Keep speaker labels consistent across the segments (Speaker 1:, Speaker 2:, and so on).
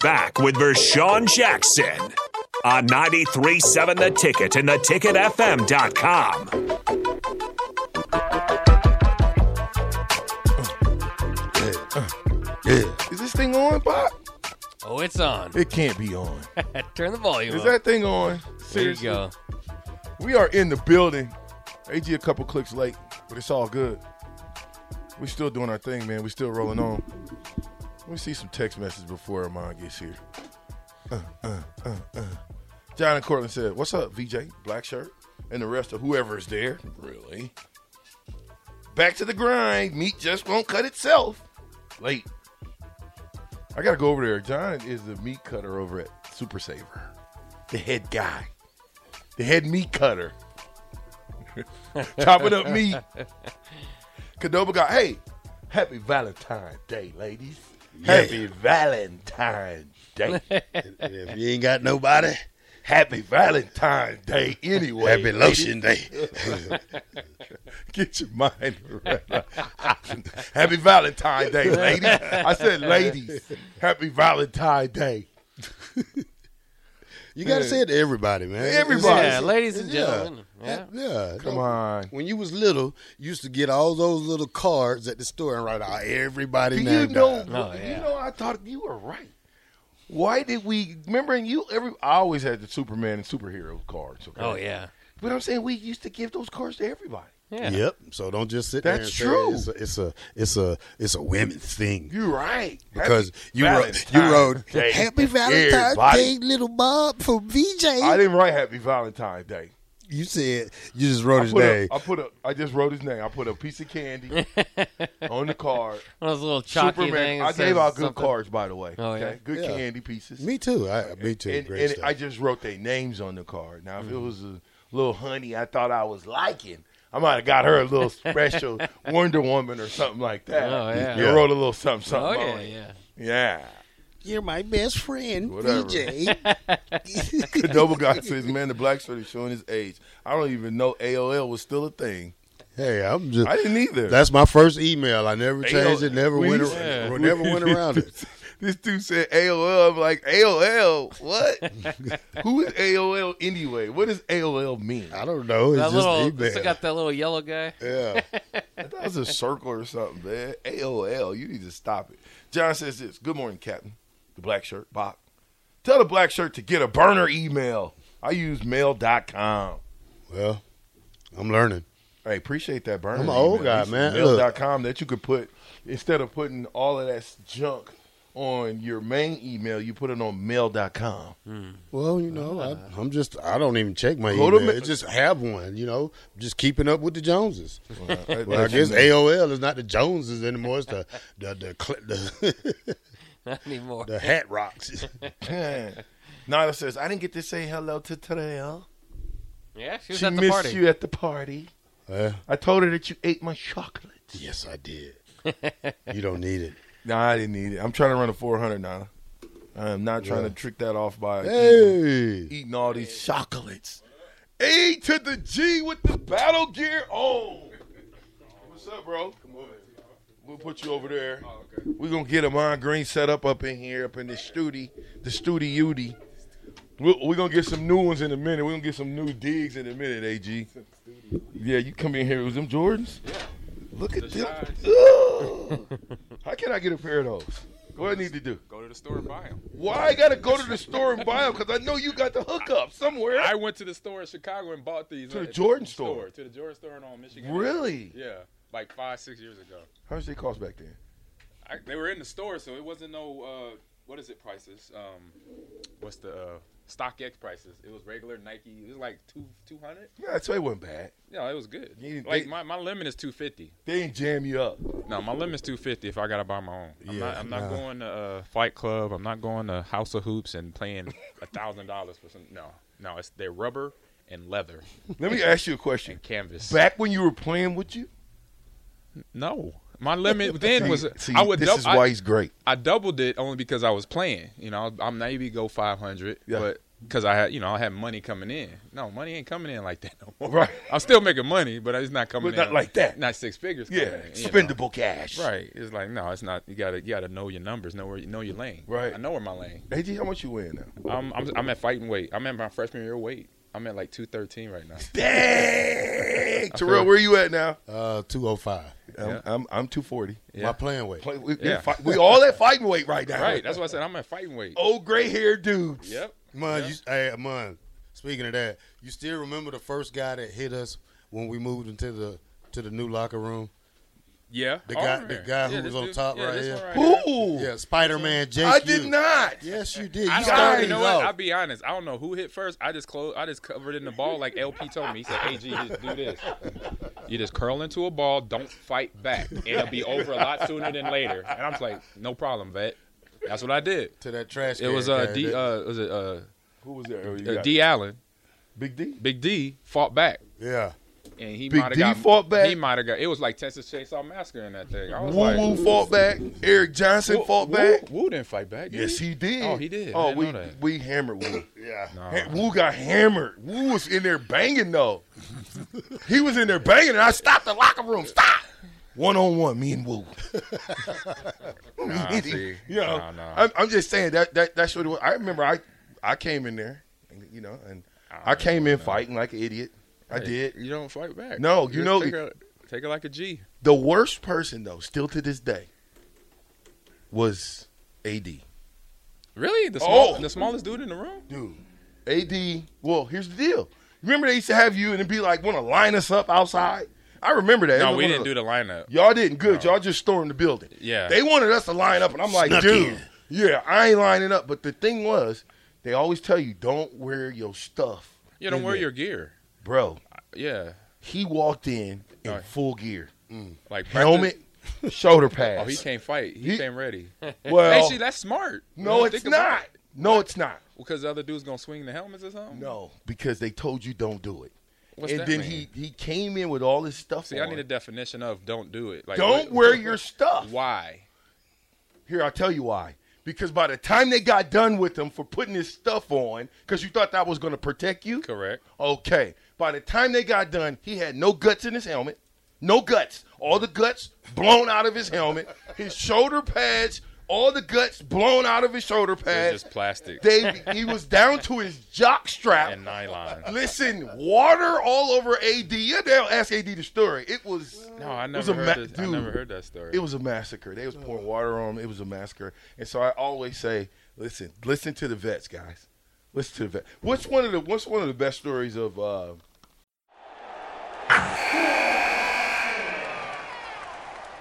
Speaker 1: Back with Vershawn Jackson on 93.7 The Ticket and theticketfm.com.
Speaker 2: Yeah. Uh. Is this thing on, Pop?
Speaker 3: Oh, it's on.
Speaker 2: It can't be on.
Speaker 3: Turn the volume
Speaker 2: Is
Speaker 3: up.
Speaker 2: that thing on?
Speaker 3: there you
Speaker 2: Seriously.
Speaker 3: go.
Speaker 2: We are in the building. AG a couple clicks late, but it's all good. We're still doing our thing, man. We're still rolling on. Let me see some text messages before Armand gets here. Uh, uh, uh, uh. John and Cortland said, What's up, VJ? Black shirt. And the rest of whoever is there. Really? Back to the grind. Meat just won't cut itself. Late. I got to go over there. John is the meat cutter over at Super Saver, the head guy the head meat cutter. Chopping up meat. Cadoba got, hey, happy Valentine's Day, ladies. Happy Valentine's Day.
Speaker 4: If you ain't got nobody,
Speaker 2: happy Valentine's Day anyway.
Speaker 4: happy
Speaker 2: ladies.
Speaker 4: lotion day.
Speaker 2: Get your mind right. happy Valentine's Day, ladies. I said ladies. Happy Valentine's Day.
Speaker 4: You gotta say it to everybody, man. It's-
Speaker 2: Everybody.
Speaker 3: Yeah, ladies and
Speaker 4: yeah.
Speaker 3: gentlemen. Yeah.
Speaker 4: Yeah.
Speaker 2: Come on.
Speaker 4: When you was little, you used to get all those little cards at the store and write out everybody
Speaker 2: Do
Speaker 4: name.
Speaker 2: you know?
Speaker 4: down.
Speaker 3: Oh,
Speaker 2: do
Speaker 3: yeah.
Speaker 2: You know? I thought you were right. Why did we? Remember, and you every. I always had the Superman and superhero cards. Okay?
Speaker 3: Oh, yeah.
Speaker 2: But I'm saying we used to give those cards to everybody.
Speaker 3: Yeah.
Speaker 4: Yep. So don't just sit there.
Speaker 2: That's
Speaker 4: and
Speaker 2: true.
Speaker 4: Say it's, a, it's a it's a it's a women's thing
Speaker 2: You're right.
Speaker 4: because you wrote you
Speaker 2: Valentine's
Speaker 4: wrote
Speaker 2: Day.
Speaker 4: Happy Valentine's
Speaker 2: Everybody.
Speaker 4: Day, little Bob for
Speaker 2: I
Speaker 4: VJ.
Speaker 2: didn't write Happy Valentine's Day.
Speaker 4: You said you just wrote
Speaker 2: I
Speaker 4: his
Speaker 2: put,
Speaker 4: name.
Speaker 2: a, I put a. I just wrote his name. I put a piece of candy on the card.
Speaker 3: One of those little chalky
Speaker 2: Superman.
Speaker 3: things.
Speaker 2: I
Speaker 3: that
Speaker 2: gave
Speaker 3: says
Speaker 2: out good
Speaker 3: something.
Speaker 2: cards, by the way.
Speaker 3: Oh,
Speaker 2: okay?
Speaker 3: yeah?
Speaker 2: Good
Speaker 4: Yeah.
Speaker 2: candy pieces.
Speaker 4: me too. I, me too.
Speaker 2: and,
Speaker 4: Great
Speaker 2: and
Speaker 4: stuff.
Speaker 2: I just wrote their names on the card. Now, if it was a little honey, I thought I was liking. I might have got her a little special Wonder Woman or something like that.
Speaker 3: Oh, yeah.
Speaker 2: You
Speaker 3: Yeah.
Speaker 2: wrote a little something,
Speaker 3: Oh,
Speaker 2: something.
Speaker 3: yeah,
Speaker 2: on it.
Speaker 3: yeah.
Speaker 2: yeah.
Speaker 4: You're my best friend,
Speaker 2: Whatever.
Speaker 4: VJ.
Speaker 2: Double guy says, "Man, the black shirt is showing his age. I don't even know AOL was still a thing.
Speaker 4: hey, I'm just.
Speaker 2: I didn't either.
Speaker 4: That's my first email. I never changed it. Never
Speaker 2: We
Speaker 4: went.
Speaker 2: used-
Speaker 4: ar- Never went around it.
Speaker 2: This dude said AOL. I'm like AOL. What? Who is AOL anyway? What does AOL mean?
Speaker 4: I don't know. It's
Speaker 3: That
Speaker 4: just
Speaker 3: little, still
Speaker 4: email.
Speaker 3: got that little yellow guy.
Speaker 4: yeah.
Speaker 2: That was a circle or something, man. AOL, you need to stop it. John says this Good morning, Captain. The black shirt, Bob. Tell the black shirt to get a burner email. I use mail.com.
Speaker 4: Well, I'm learning.
Speaker 2: Hey, appreciate that burner.
Speaker 4: I'm an old
Speaker 2: email.
Speaker 4: guy,
Speaker 2: Use
Speaker 4: man.
Speaker 2: Mail.com that you could put, instead of putting all of that junk on your main email, you put it on mail.com.
Speaker 4: Mm. Well, you know, I, I'm just. I don't even check my
Speaker 2: Ah. Go to
Speaker 4: email.
Speaker 2: ma-
Speaker 4: I just have one. You know, just keeping up with the Joneses.
Speaker 2: Well,
Speaker 4: Well, I guess AOL is not the Joneses anymore. It's the the the, cl- the,
Speaker 3: Not anymore.
Speaker 4: the hat rocks.
Speaker 2: Nada says, I didn't get to say hello to Terrell.
Speaker 3: Yeah, she was
Speaker 2: She
Speaker 3: at the
Speaker 2: missed
Speaker 3: party.
Speaker 2: you at the party.
Speaker 4: Uh,
Speaker 2: I told her that you ate my chocolate.
Speaker 4: yes, I did. You don't need it.
Speaker 2: No, I didn't need it. I'm trying to run a 400 now. I'm not trying to trick that off by eating,
Speaker 4: Hey.
Speaker 2: eating all these chocolates. A to the G with the battle gear on. What's up, bro? Come on. We'll put you over there. We're gonna get a Mon Green set up up in here, up in the studio, the studio. We're, we're gonna get some new ones in a minute. We're gonna get some new digs in a minute, AG. Yeah, you come in here with them Jordans. Yeah. Look at them. Ugh. How can I get a pair of those? What I need to do?
Speaker 5: Go to the store and buy them.
Speaker 2: Why I gotta go to the store and buy them? Because I know you got the hookup somewhere.
Speaker 5: I went to the store in Chicago and bought these.
Speaker 2: To
Speaker 5: uh,
Speaker 2: the Jordan store?
Speaker 5: To the Jordan store in on Michigan.
Speaker 2: really?
Speaker 5: Yeah, like five, six years ago.
Speaker 2: How much they cost back then?
Speaker 5: I, they were in the store, so it wasn't no uh, what is it prices? Um, what's the uh, StockX prices. It was regular Nike. It was like two two hundred.
Speaker 2: Yeah, that's why it wasn't bad.
Speaker 5: Yeah, it was good.
Speaker 2: You-
Speaker 5: like
Speaker 2: they-
Speaker 5: my, my limit is two fifty.
Speaker 2: They didn't jam you up.
Speaker 5: No, my limit's two fifty if I gotta buy my own. I'm not, I'm not going to uh, Fight Club. I'm not going to House of Hoops and paying a thousand dollars for some. No, no, it's they're rubber and leather
Speaker 2: Let me ask you a question.
Speaker 5: and canvas.
Speaker 2: Back when you were playing with you,
Speaker 5: No, my limit then
Speaker 2: See-
Speaker 5: was
Speaker 2: see,
Speaker 5: I would
Speaker 2: this
Speaker 5: dou-
Speaker 2: is
Speaker 5: I-
Speaker 2: why he's great.
Speaker 5: I doubled it only because I was playing. You know, I maybe go five hundred,
Speaker 2: Yeah.
Speaker 5: but because I had you know I had money coming in. No, money ain't coming in like that no more.
Speaker 2: Right.
Speaker 5: I'm still making money, but it's not coming
Speaker 2: But
Speaker 5: in
Speaker 2: not like that.
Speaker 5: Not six figures.
Speaker 2: Yeah,
Speaker 5: coming in, you know.
Speaker 2: spendable cash.
Speaker 5: Right. It's like no, it's not. You gotta you gotta know your numbers. Know where you know your lane.
Speaker 2: Right.
Speaker 5: I know where my lane.
Speaker 2: AG, how much you weighing now?
Speaker 5: I'm I'm, I'm at fighting weight. I'm at my freshman year weight. I'm at like two thirteen right now.
Speaker 2: Dang, Terrell, where you at now?
Speaker 4: Uh, 205.
Speaker 2: I'm, I'm, I'm 240.
Speaker 4: My playing weight.
Speaker 2: Play- we, we
Speaker 5: Yeah.
Speaker 2: fight- we all at fighting weight right now.
Speaker 5: right. That's why I said I'm at fighting weight.
Speaker 2: Old gray haired dudes.
Speaker 5: Yep.
Speaker 4: Man, you, hey, man, speaking of that, you still remember the first guy that hit us when we moved into the to the new locker room?
Speaker 5: Yeah.
Speaker 4: The
Speaker 5: I
Speaker 4: guy-
Speaker 5: remember.
Speaker 4: the guy who
Speaker 5: this
Speaker 4: was on
Speaker 5: dude-
Speaker 4: top
Speaker 5: yeah,
Speaker 4: right
Speaker 5: this
Speaker 4: here.
Speaker 5: one
Speaker 2: Ooh,
Speaker 4: Yeah, Spider Man Jake.
Speaker 2: I did
Speaker 4: you.
Speaker 2: not.
Speaker 4: Yes, you did. You
Speaker 5: I don't
Speaker 4: started
Speaker 5: you know
Speaker 4: it
Speaker 5: what?
Speaker 4: off.
Speaker 5: I'll be honest. I don't know who hit first. I just closed. I just covered in the ball like LP told me. He said, "AG, just do this. You just curl into a ball. Don't fight back. It'll be over a lot sooner than later." And I'm just like, "No problem, vet." That's what I did.
Speaker 4: to that trash.
Speaker 5: It was
Speaker 4: can
Speaker 5: uh,
Speaker 4: guy.
Speaker 5: D,
Speaker 4: That-
Speaker 5: uh was it uh,
Speaker 2: Who was there?
Speaker 5: uh, D Allen,
Speaker 2: Big D.
Speaker 5: Big D fought back,
Speaker 4: yeah.
Speaker 5: and he
Speaker 2: Big
Speaker 5: might have
Speaker 2: D
Speaker 5: got
Speaker 2: fought back?
Speaker 5: He might have got. It was like Texas Chainsaw Massacre in that thing. I was
Speaker 2: Woo
Speaker 5: like,
Speaker 2: Woo fought back. Eric Johnson fought back.
Speaker 5: Woo, Woo didn't fight back. did
Speaker 2: Yes, he did.
Speaker 5: Oh, he did. I
Speaker 2: Oh,
Speaker 5: didn't
Speaker 2: we
Speaker 5: know that.
Speaker 2: we hammered Woo. yeah.
Speaker 5: Nah.
Speaker 2: Woo got hammered. Woo was in there banging though. he was in there banging, and I stopped the locker room. Stop. One on one, me and Woo.
Speaker 5: Nah, see.
Speaker 2: you know,
Speaker 5: Nah, nah.
Speaker 2: I'm, I'm just saying that that that's what it was. I remember. I I came in there, and, you know, and I, came in fighting like an idiot. I did.
Speaker 5: You don't fight back.
Speaker 2: No, you
Speaker 5: just
Speaker 2: know-
Speaker 5: take it, take it like a G.
Speaker 2: The worst person though, still to this day, was AD.
Speaker 5: Really? The, small,
Speaker 2: Oh.
Speaker 5: the smallest dude in the room?
Speaker 2: Dude, AD. Well, here's the deal. Remember they used to have you and it'd be like want to line us up outside. I remember that. It
Speaker 5: No,
Speaker 2: was
Speaker 5: we
Speaker 2: one
Speaker 5: didn't
Speaker 2: of
Speaker 5: do the lineup.
Speaker 2: Y'all didn't good. Y'all just stormed the building.
Speaker 5: Yeah.
Speaker 2: They wanted us to line up, and I'm like, dude, yeah, I ain't lining up. But the thing was, they always tell you don't wear your stuff.
Speaker 5: You don't
Speaker 2: in
Speaker 5: wear
Speaker 2: there.
Speaker 5: your gear.
Speaker 2: bro.
Speaker 5: Yeah.
Speaker 2: He walked in in
Speaker 5: Alright.
Speaker 2: full gear,
Speaker 5: Like practice-
Speaker 2: helmet, shoulder
Speaker 5: Oh, he
Speaker 2: pads.
Speaker 5: can't fight. He,
Speaker 2: He-
Speaker 5: came ready.
Speaker 2: well,
Speaker 5: Actually, that's smart.
Speaker 2: no, it's not. No, it's not.
Speaker 5: Because the other dude's gonna swing the helmets or something.
Speaker 2: No, because they told you don't do it.
Speaker 5: What's
Speaker 2: and
Speaker 5: that
Speaker 2: then
Speaker 5: mean?
Speaker 2: he he came in with all his stuff.
Speaker 5: See, I
Speaker 2: on.
Speaker 5: need a definition of don't do it. Like
Speaker 2: don't
Speaker 5: what-
Speaker 2: wear your stuff.
Speaker 5: Why?
Speaker 2: Here, I'll tell you why. Because by the time they got done with him for putting his stuff on, because you thought that was going to protect you.
Speaker 5: Correct.
Speaker 2: Okay. By the time they got done, he had no guts in his helmet. No guts. All the guts blown out of his helmet. His shoulder pads, all the guts blown out of his shoulder
Speaker 5: It's
Speaker 2: pads.
Speaker 5: just plastic
Speaker 2: They he was down to his jock strap.
Speaker 5: and nylon.
Speaker 2: Listen, water all over AD. Yeah, they'll ask AD the story. It was
Speaker 5: No, I
Speaker 2: it was
Speaker 5: never
Speaker 2: a
Speaker 5: heard.
Speaker 2: ma-
Speaker 5: This. I
Speaker 2: dude.
Speaker 5: never heard that story.
Speaker 2: It was a massacre. They was pouring water on him. It was a massacre. And so I always say, listen, listen to the vets, guys. Listen to the vets. What's one of the what's one of the best stories of uh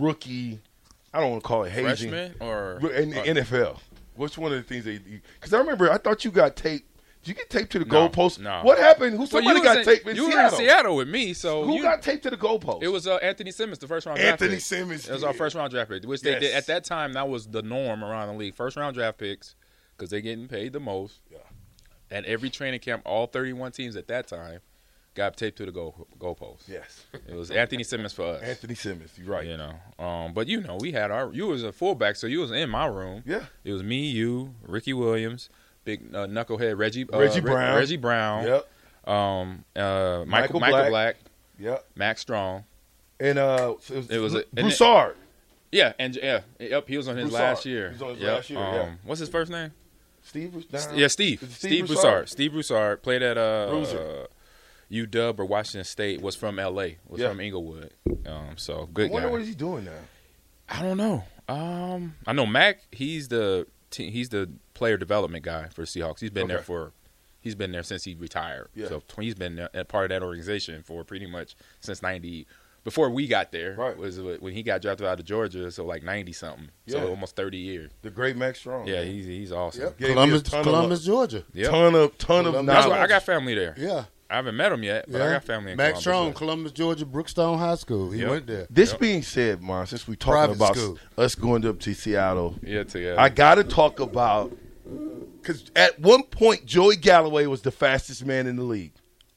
Speaker 2: Rookie, I don't want to call it hazing.
Speaker 5: Freshman or
Speaker 2: Ro- In the
Speaker 5: or-
Speaker 2: NFL. What's one of the things they Because I remember, I thought you got taped. Did you get taped to the
Speaker 5: No,
Speaker 2: goalpost?
Speaker 5: no.
Speaker 2: What happened? Who
Speaker 5: Well,
Speaker 2: somebody
Speaker 5: you
Speaker 2: got
Speaker 5: was in,
Speaker 2: taped in
Speaker 5: you
Speaker 2: Seattle?
Speaker 5: were in Seattle with me, so
Speaker 2: Who
Speaker 5: you,
Speaker 2: got taped to the goalpost?
Speaker 5: It was uh, Anthony Simmons, the first round draft
Speaker 2: Oh. Anthony
Speaker 5: pick.
Speaker 2: Simmons
Speaker 5: It was our
Speaker 2: did.
Speaker 5: first round draft pick, which
Speaker 2: Yes.
Speaker 5: they did at that time. That was the norm around the league. First round draft picks because they're getting paid the most. Yeah. At every training camp, all 31 teams at that time got taped to the goal goalpost.
Speaker 2: Yes.
Speaker 5: It was Anthony Simmons for us.
Speaker 2: Anthony Simmons. You're right.
Speaker 5: You know, um, but you know, we had our. You was a fullback, so you was in my room.
Speaker 2: Yeah.
Speaker 5: It was me, you, Ricky Williams, big uh, knucklehead Reggie uh,
Speaker 2: Reggie
Speaker 5: Re-
Speaker 2: Brown.
Speaker 5: Reggie Brown.
Speaker 2: Yep.
Speaker 5: Um. Uh.
Speaker 2: Michael
Speaker 5: Michael Michael Black.
Speaker 2: Black. Yep.
Speaker 5: Max Strong.
Speaker 2: And uh, so it was,
Speaker 5: It was a- and it-
Speaker 2: Broussard.
Speaker 5: Yeah, and yeah, yep, he was on his
Speaker 2: Broussard.
Speaker 5: last year.
Speaker 2: He was on his
Speaker 5: Yep, Um,
Speaker 2: last year, yeah.
Speaker 5: What's his first name?
Speaker 2: Steve. Brous- nah.
Speaker 5: Yeah, Steve.
Speaker 2: Is it
Speaker 5: Steve, Broussard. Steve Broussard played at uh,
Speaker 2: Bruiser.
Speaker 5: U Dub or Washington State. Was from L.A. Was
Speaker 2: Yeah.
Speaker 5: from Inglewood. Um, so good
Speaker 2: I wonder
Speaker 5: guy.
Speaker 2: what he's doing now.
Speaker 5: I don't know. Um, I know Mac. He's the te- he's the player development guy for the Seahawks. He's been there
Speaker 2: Okay.
Speaker 5: for he's been there since he retired.
Speaker 2: Yeah.
Speaker 5: So tw- he's been there- a part of that organization for pretty much since ninety. Before we got there
Speaker 2: Right.
Speaker 5: was when he got drafted out of Georgia. So like ninety something.
Speaker 2: Yeah.
Speaker 5: So almost thirty years.
Speaker 2: The great Max Strong.
Speaker 5: Yeah, he's he's awesome.
Speaker 2: Yep. Gave me a
Speaker 4: Columbus,
Speaker 2: ton of
Speaker 4: Columbus,
Speaker 2: love.
Speaker 4: Georgia.
Speaker 5: Yep.
Speaker 2: Ton of ton of
Speaker 4: That's
Speaker 5: That's why
Speaker 2: knowledge.
Speaker 5: I got family there.
Speaker 4: Yeah.
Speaker 5: I haven't met him yet, but
Speaker 4: yeah.
Speaker 5: I got family in
Speaker 4: Max
Speaker 5: Columbus.
Speaker 4: Strong, Columbus, Georgia, Brookstone High School. He
Speaker 5: Yep.
Speaker 4: went there.
Speaker 2: This being said, Mon, since we're talking
Speaker 4: Private
Speaker 2: about
Speaker 4: school.
Speaker 2: us going up to Seattle,
Speaker 5: Yeah, uh, together.
Speaker 2: I got to talk about because at one point Joey Galloway was the fastest man in the league.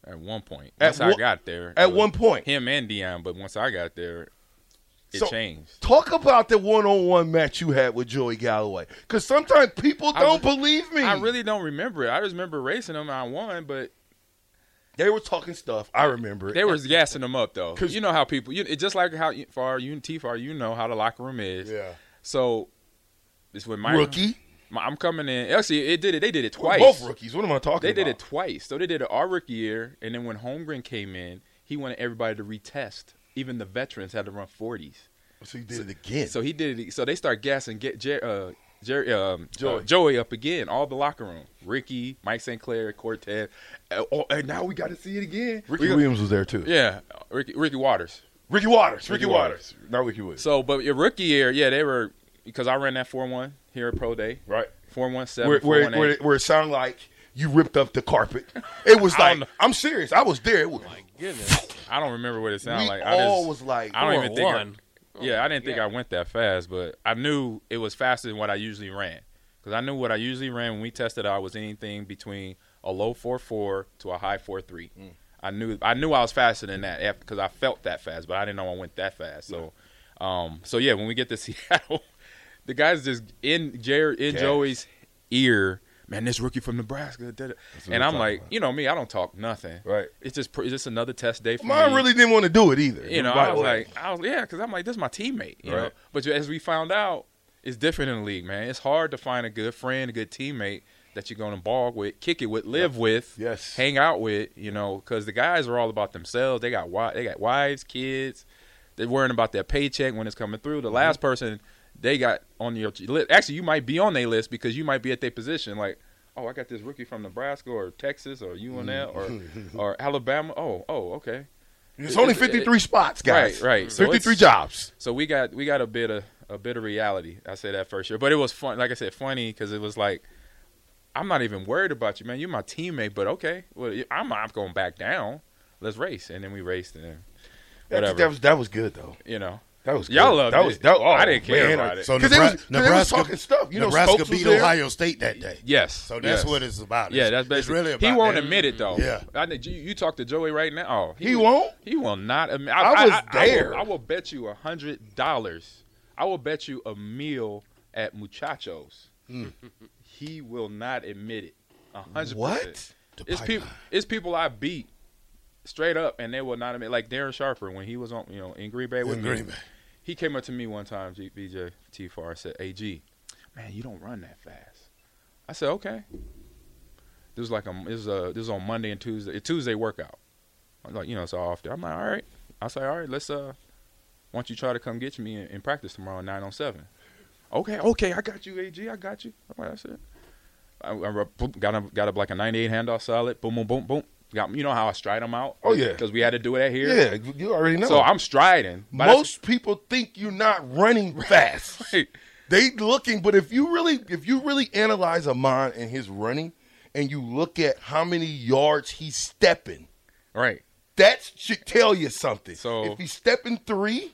Speaker 5: at one point.
Speaker 2: At
Speaker 5: Once I
Speaker 2: one-
Speaker 5: got there. it
Speaker 2: at
Speaker 5: was
Speaker 2: one point.
Speaker 5: Him and Dion, but once I got there, it
Speaker 2: So-
Speaker 5: changed.
Speaker 2: Talk about the one-on-one match you had with Joey Galloway, because sometimes people
Speaker 5: I
Speaker 2: don't
Speaker 5: re-
Speaker 2: believe me.
Speaker 5: I really don't remember it. I just remember racing him. and I won, but
Speaker 2: they were talking stuff. I remember it.
Speaker 5: they was gassing him up though.
Speaker 2: 'Cause-
Speaker 5: you know how people. You, it just like how you- far you and T-Far, you know how the locker room is.
Speaker 4: Yeah.
Speaker 5: So it's when my
Speaker 2: rookie.
Speaker 5: my- I'm coming in. Actually, it did it. They did it
Speaker 2: We're
Speaker 5: twice.
Speaker 2: Both rookies. What am I talking
Speaker 5: They
Speaker 2: about?
Speaker 5: did it twice. So they did it our rookie year, and then when Holmgren came in, he wanted everybody to retest. Even the veterans had to run forties.
Speaker 2: so you did it again.
Speaker 5: So he did it. So they start gassing get Jer- uh, Jerry, um,
Speaker 2: Joey.
Speaker 5: Joey. Joey up again. All the locker room. Ricky, Mike St. Clair, Cortez. Uh, oh, and now we got to see it again.
Speaker 2: Ricky
Speaker 5: We go-
Speaker 2: Williams was there too.
Speaker 5: Yeah, Ricky, Ricky Waters.
Speaker 2: Ricky Waters. Ricky,
Speaker 5: Ricky
Speaker 2: Waters. Not Ricky Williams.
Speaker 5: So, but your rookie year, yeah, they were because I ran that four one here at Pro Day.
Speaker 2: Right.
Speaker 5: Four one seven.
Speaker 2: where, where, where, it- where it sounded like you ripped up the carpet. It was
Speaker 5: I
Speaker 2: like
Speaker 5: don't know.
Speaker 2: I'm serious. I was there. It was,
Speaker 5: I don't remember what it
Speaker 2: we
Speaker 5: sounded like. I
Speaker 2: all
Speaker 5: just-
Speaker 2: was like,
Speaker 5: I don't even think. I,
Speaker 3: 4-1.
Speaker 5: yeah, I didn't think I went that fast, but I knew it was faster than what I usually ran because I knew what I usually ran when we tested out was anything between a low four four to a high four three.
Speaker 2: Mm.
Speaker 5: I knew I knew I was faster than that because I felt that fast, but I didn't know I went that fast. So, um, so yeah, when we get to Seattle, the guys just in Jared in
Speaker 2: Gas.
Speaker 5: Joey's ear. Man, this rookie from Nebraska, da-da."
Speaker 2: what I'm
Speaker 5: and I'm
Speaker 2: talking
Speaker 5: like,
Speaker 2: about.
Speaker 5: you know me, I don't talk nothing.
Speaker 2: Right.
Speaker 5: It's just pr- it's just another test day for
Speaker 2: mine
Speaker 5: me
Speaker 2: really didn't want to do it either.
Speaker 5: you know,
Speaker 2: by
Speaker 5: I
Speaker 2: the
Speaker 5: was
Speaker 2: way.
Speaker 5: like, I was yeah, because I'm like, this is my teammate, you know.
Speaker 2: Right.
Speaker 5: But as we found out, it's different in the league, man. It's hard to find a good friend, a good teammate that you're going to ball with, kick it with, live with,
Speaker 2: Yes.
Speaker 5: hang out with, you know, because the guys are all about themselves. They got wi- they got wives, kids. They're worrying about their paycheck when it's coming through. The
Speaker 2: Mm-hmm.
Speaker 5: last person they got on your list, actually, you might be on their list because you might be at their position, like. Oh, I got this rookie from Nebraska or Texas or UNL or
Speaker 2: Mm-hmm.
Speaker 5: or Alabama. Oh, oh, okay.
Speaker 2: it's only
Speaker 5: it- it-
Speaker 2: 53 spots, guys.
Speaker 5: Right, right. So
Speaker 2: 53
Speaker 5: it's-
Speaker 2: jobs.
Speaker 5: So we got we got a bit of a bit of reality. I say that first year, but it was fun. Like I said, funny because it was like I'm not even worried about you, man. You're my teammate, but okay, well you- I'm I'm going back down. Let's race, and then we raced, and then
Speaker 2: That,
Speaker 5: whatever,
Speaker 2: that was that was good though.
Speaker 5: you know.
Speaker 2: That was good.
Speaker 5: Y'all loved
Speaker 2: that
Speaker 5: it.
Speaker 2: Was, that, oh,
Speaker 5: I didn't care
Speaker 2: man,
Speaker 5: about it.
Speaker 4: So
Speaker 2: Because they
Speaker 4: Nebra-
Speaker 2: was, 'cause they was
Speaker 4: Nebraska-
Speaker 2: talking stuff. You know,
Speaker 4: Nebraska
Speaker 2: Stokes was
Speaker 4: beat
Speaker 2: there.
Speaker 4: Ohio State that day.
Speaker 5: Yes.
Speaker 4: So that's
Speaker 5: yes.
Speaker 4: what it's about.
Speaker 5: Yeah, that's
Speaker 4: It's- it's
Speaker 5: basically.
Speaker 4: really about
Speaker 5: he won't
Speaker 4: that.
Speaker 5: admit it though.
Speaker 4: Yeah.
Speaker 5: I think you, you talk to Joey right now. Oh,
Speaker 2: He won't?
Speaker 5: He will not admit.
Speaker 2: I was
Speaker 5: will-
Speaker 2: there.
Speaker 5: I will, bet you a hundred dollars. I will bet you a meal at Muchachos.
Speaker 2: Hmm.
Speaker 5: he will not admit it. A hundred.
Speaker 2: What?
Speaker 5: percent. It's people. It's people I beat straight up, and they will not admit. Like Darren Sharper when he was on, you know, in Green Bay with
Speaker 4: In
Speaker 5: me.
Speaker 4: Green Bay.
Speaker 5: He came up to me one time, G- BJ T Far said, "Ag, man, you don't run that fast." I said, "Okay." This was like a this was a this was on Monday and Tuesday Tuesday workout. I'm like, you know, it's all off there. I'm like, all right. I say, all right, let's uh, why don't you try to come get me in, in practice tomorrow, nine on seven. Okay, okay, I got you, AG. I got you. I'm like, that's it. I, I rub- boom, got him, got up like a 98 handoff solid. Boom, boom, boom, boom. Got you know how I stride him out.
Speaker 2: Oh, yeah.
Speaker 5: because we had to do that here.
Speaker 2: Yeah, you already know.
Speaker 5: So I'm striding. By the-
Speaker 2: Most people think you're not running fast.
Speaker 5: Right.
Speaker 2: They looking, but if you really if you really analyze Amon and his running and you look at how many yards he's stepping,
Speaker 5: right,
Speaker 2: that should tell you something.
Speaker 5: So-
Speaker 2: if he's stepping three,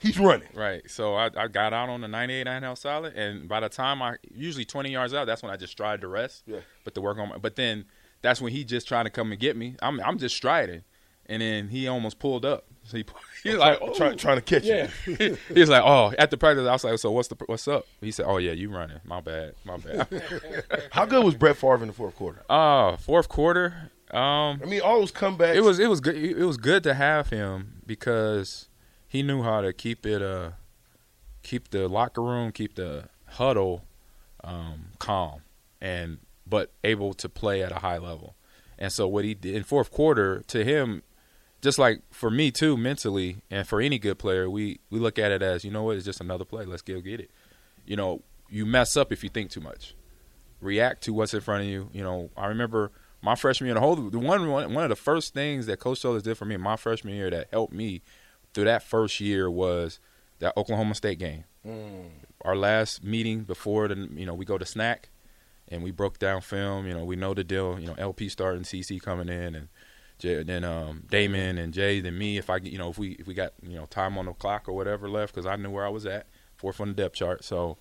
Speaker 2: he's running.
Speaker 5: right. So I, I got out on the 98 handheld solid, and by the time I usually 20 yards out, that's when I just stride to rest.
Speaker 2: Yeah.
Speaker 5: But to work on my, but then that's when he just trying to come and get me. I'm I'm just striding, and then he almost pulled up. So he he's like oh.
Speaker 2: Try, trying to catch
Speaker 5: Yeah.
Speaker 2: you.
Speaker 5: he was like, oh, at the practice, I was like, so what's the what's up? He said, oh yeah, you running. My bad, my bad.
Speaker 2: How good was Brett Favre in the fourth quarter?
Speaker 5: uh, fourth quarter, um,
Speaker 2: I mean, all those comebacks.
Speaker 5: it was it was good. It was good to have him because he knew how to keep it uh, keep the locker room, keep the huddle um, calm, and but able to play at a high level. And so what he did in fourth quarter to him, just like for me too, mentally and for any good player, we we look at it as you know what, it's just another play. Let's go get it. You know, you mess up if you think too much react to what's in front of you. You know, I remember my freshman year. The whole the one one one of the first things that Coach Sellers did for me in my freshman year that helped me through that first year was that Oklahoma State game. Our last meeting before the you know we go to snack, and we broke down film. You know, we know the deal. You know, LP starting, CC coming in, and J- then um, Damon and Jay, then me. If I get- you know if we if we got you know time on the clock or whatever left because I knew where I was at fourth on the depth chart. So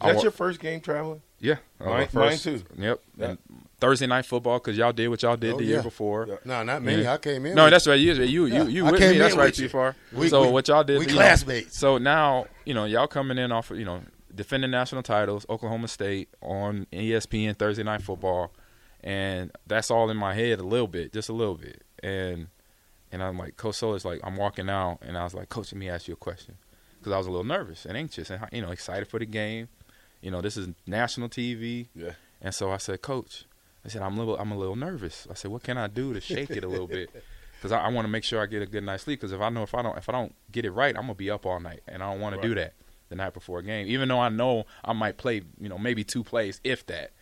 Speaker 5: I
Speaker 2: That's
Speaker 5: wa-
Speaker 2: your first game traveling.
Speaker 5: yeah, uh,
Speaker 2: Mine-
Speaker 5: first-
Speaker 2: mine too.
Speaker 5: Yep. And Thursday night football because y'all did what y'all did
Speaker 4: Oh,
Speaker 5: the year
Speaker 4: yeah.
Speaker 5: before.
Speaker 4: No, not me.
Speaker 5: Yeah.
Speaker 4: I came in.
Speaker 5: No,
Speaker 4: with-
Speaker 5: that's right. You, you, you, you
Speaker 4: I
Speaker 5: with
Speaker 4: came
Speaker 5: me. That's
Speaker 4: in
Speaker 5: right,
Speaker 4: with you.
Speaker 5: too far.
Speaker 4: We-
Speaker 5: so
Speaker 4: we-
Speaker 5: what y'all did?
Speaker 4: we
Speaker 5: you know,
Speaker 4: classmates.
Speaker 5: so now you know y'all coming in off, you know, defending national titles, Oklahoma State on E ESPN Thursday night football, and that's all in my head a little bit, just a little bit, and and I'm like, Coach Solis, like I'm walking out, and I was like, Coach, let me ask you a question, because I was a little nervous and anxious, and you know, excited for the game, you know, this is national TV,
Speaker 2: Yeah.
Speaker 5: and so I said, Coach, I said, I'm a little, I'm a little nervous. I said, what can I do to shake it a little bit? Because I, I want to make sure I get a good night's sleep. Because if I know if I don't if I don't get it right, I'm gonna be up all night, and I don't want to do that the night before a game. Even though I know I might play, you know, maybe two plays if that.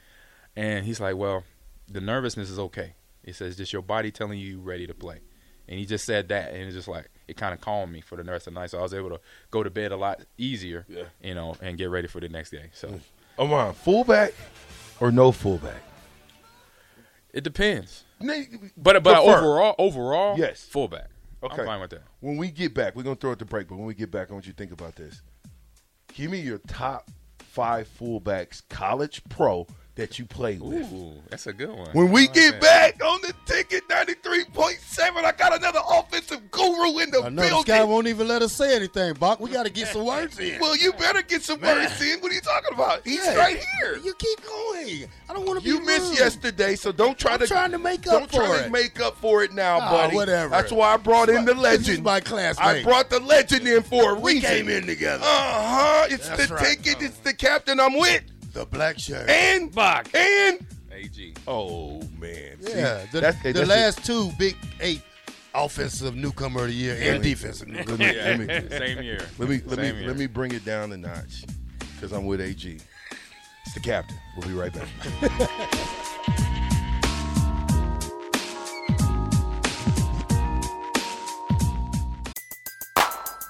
Speaker 5: And he's like, well, the nervousness is okay. He says, just your body telling you you're ready to play. And he just said that, and it's just like it kind of calmed me for the rest of the night. So I was able to go to bed a lot easier,
Speaker 2: Yeah. Hmm.
Speaker 5: you know, and get ready for the next day. So.
Speaker 2: Amon, fullback or no fullback?
Speaker 5: It depends.
Speaker 2: Nate,
Speaker 5: But but
Speaker 2: prefer.
Speaker 5: overall, overall,
Speaker 2: Yes.
Speaker 5: fullback.
Speaker 2: Okay.
Speaker 5: I'm fine with that.
Speaker 2: When we get back, we're gonna throw it to break. But when we get back, I want you to think about this. Give me your top five fullbacks, college pro that you play with.
Speaker 5: Ooh, that's a good one.
Speaker 2: When we get back on the ticket, ninety three point seven. I got another offensive guru in the
Speaker 4: Another
Speaker 2: building.
Speaker 4: guy won't even let us say anything, Bach. We got to get some words in.
Speaker 2: well, you better get some words in. What are you talking about? He's
Speaker 4: Yeah.
Speaker 2: right here.
Speaker 4: You keep going. I don't want to be
Speaker 2: You missed
Speaker 4: rude.
Speaker 2: yesterday, so don't try
Speaker 4: I'm
Speaker 2: to
Speaker 4: trying to make
Speaker 2: don't
Speaker 4: up
Speaker 2: try
Speaker 4: for
Speaker 2: to
Speaker 4: it.
Speaker 2: make up for it now,
Speaker 4: Nah,
Speaker 2: buddy.
Speaker 4: whatever.
Speaker 2: That's why I brought in the
Speaker 4: This
Speaker 2: legend.
Speaker 4: is my classmate.
Speaker 2: I brought the legend in for a
Speaker 4: We
Speaker 2: reason.
Speaker 4: came in together.
Speaker 2: Uh huh. It's
Speaker 4: That's
Speaker 2: the
Speaker 4: right.
Speaker 2: ticket. It's the captain I'm with.
Speaker 4: The black shirt.
Speaker 2: And
Speaker 3: Buck.
Speaker 2: and
Speaker 5: AG.
Speaker 2: oh man. See,
Speaker 4: yeah, the,
Speaker 2: that's- hey,
Speaker 4: the
Speaker 2: that's
Speaker 4: last two big eight offensive newcomer of the year and defensive
Speaker 2: it.
Speaker 4: newcomer.
Speaker 2: Let me let me
Speaker 5: Same year.
Speaker 2: let me let
Speaker 5: Same
Speaker 2: me,
Speaker 5: year.
Speaker 2: let me bring it down a notch because I'm with AG. It's the captain. We'll be right back.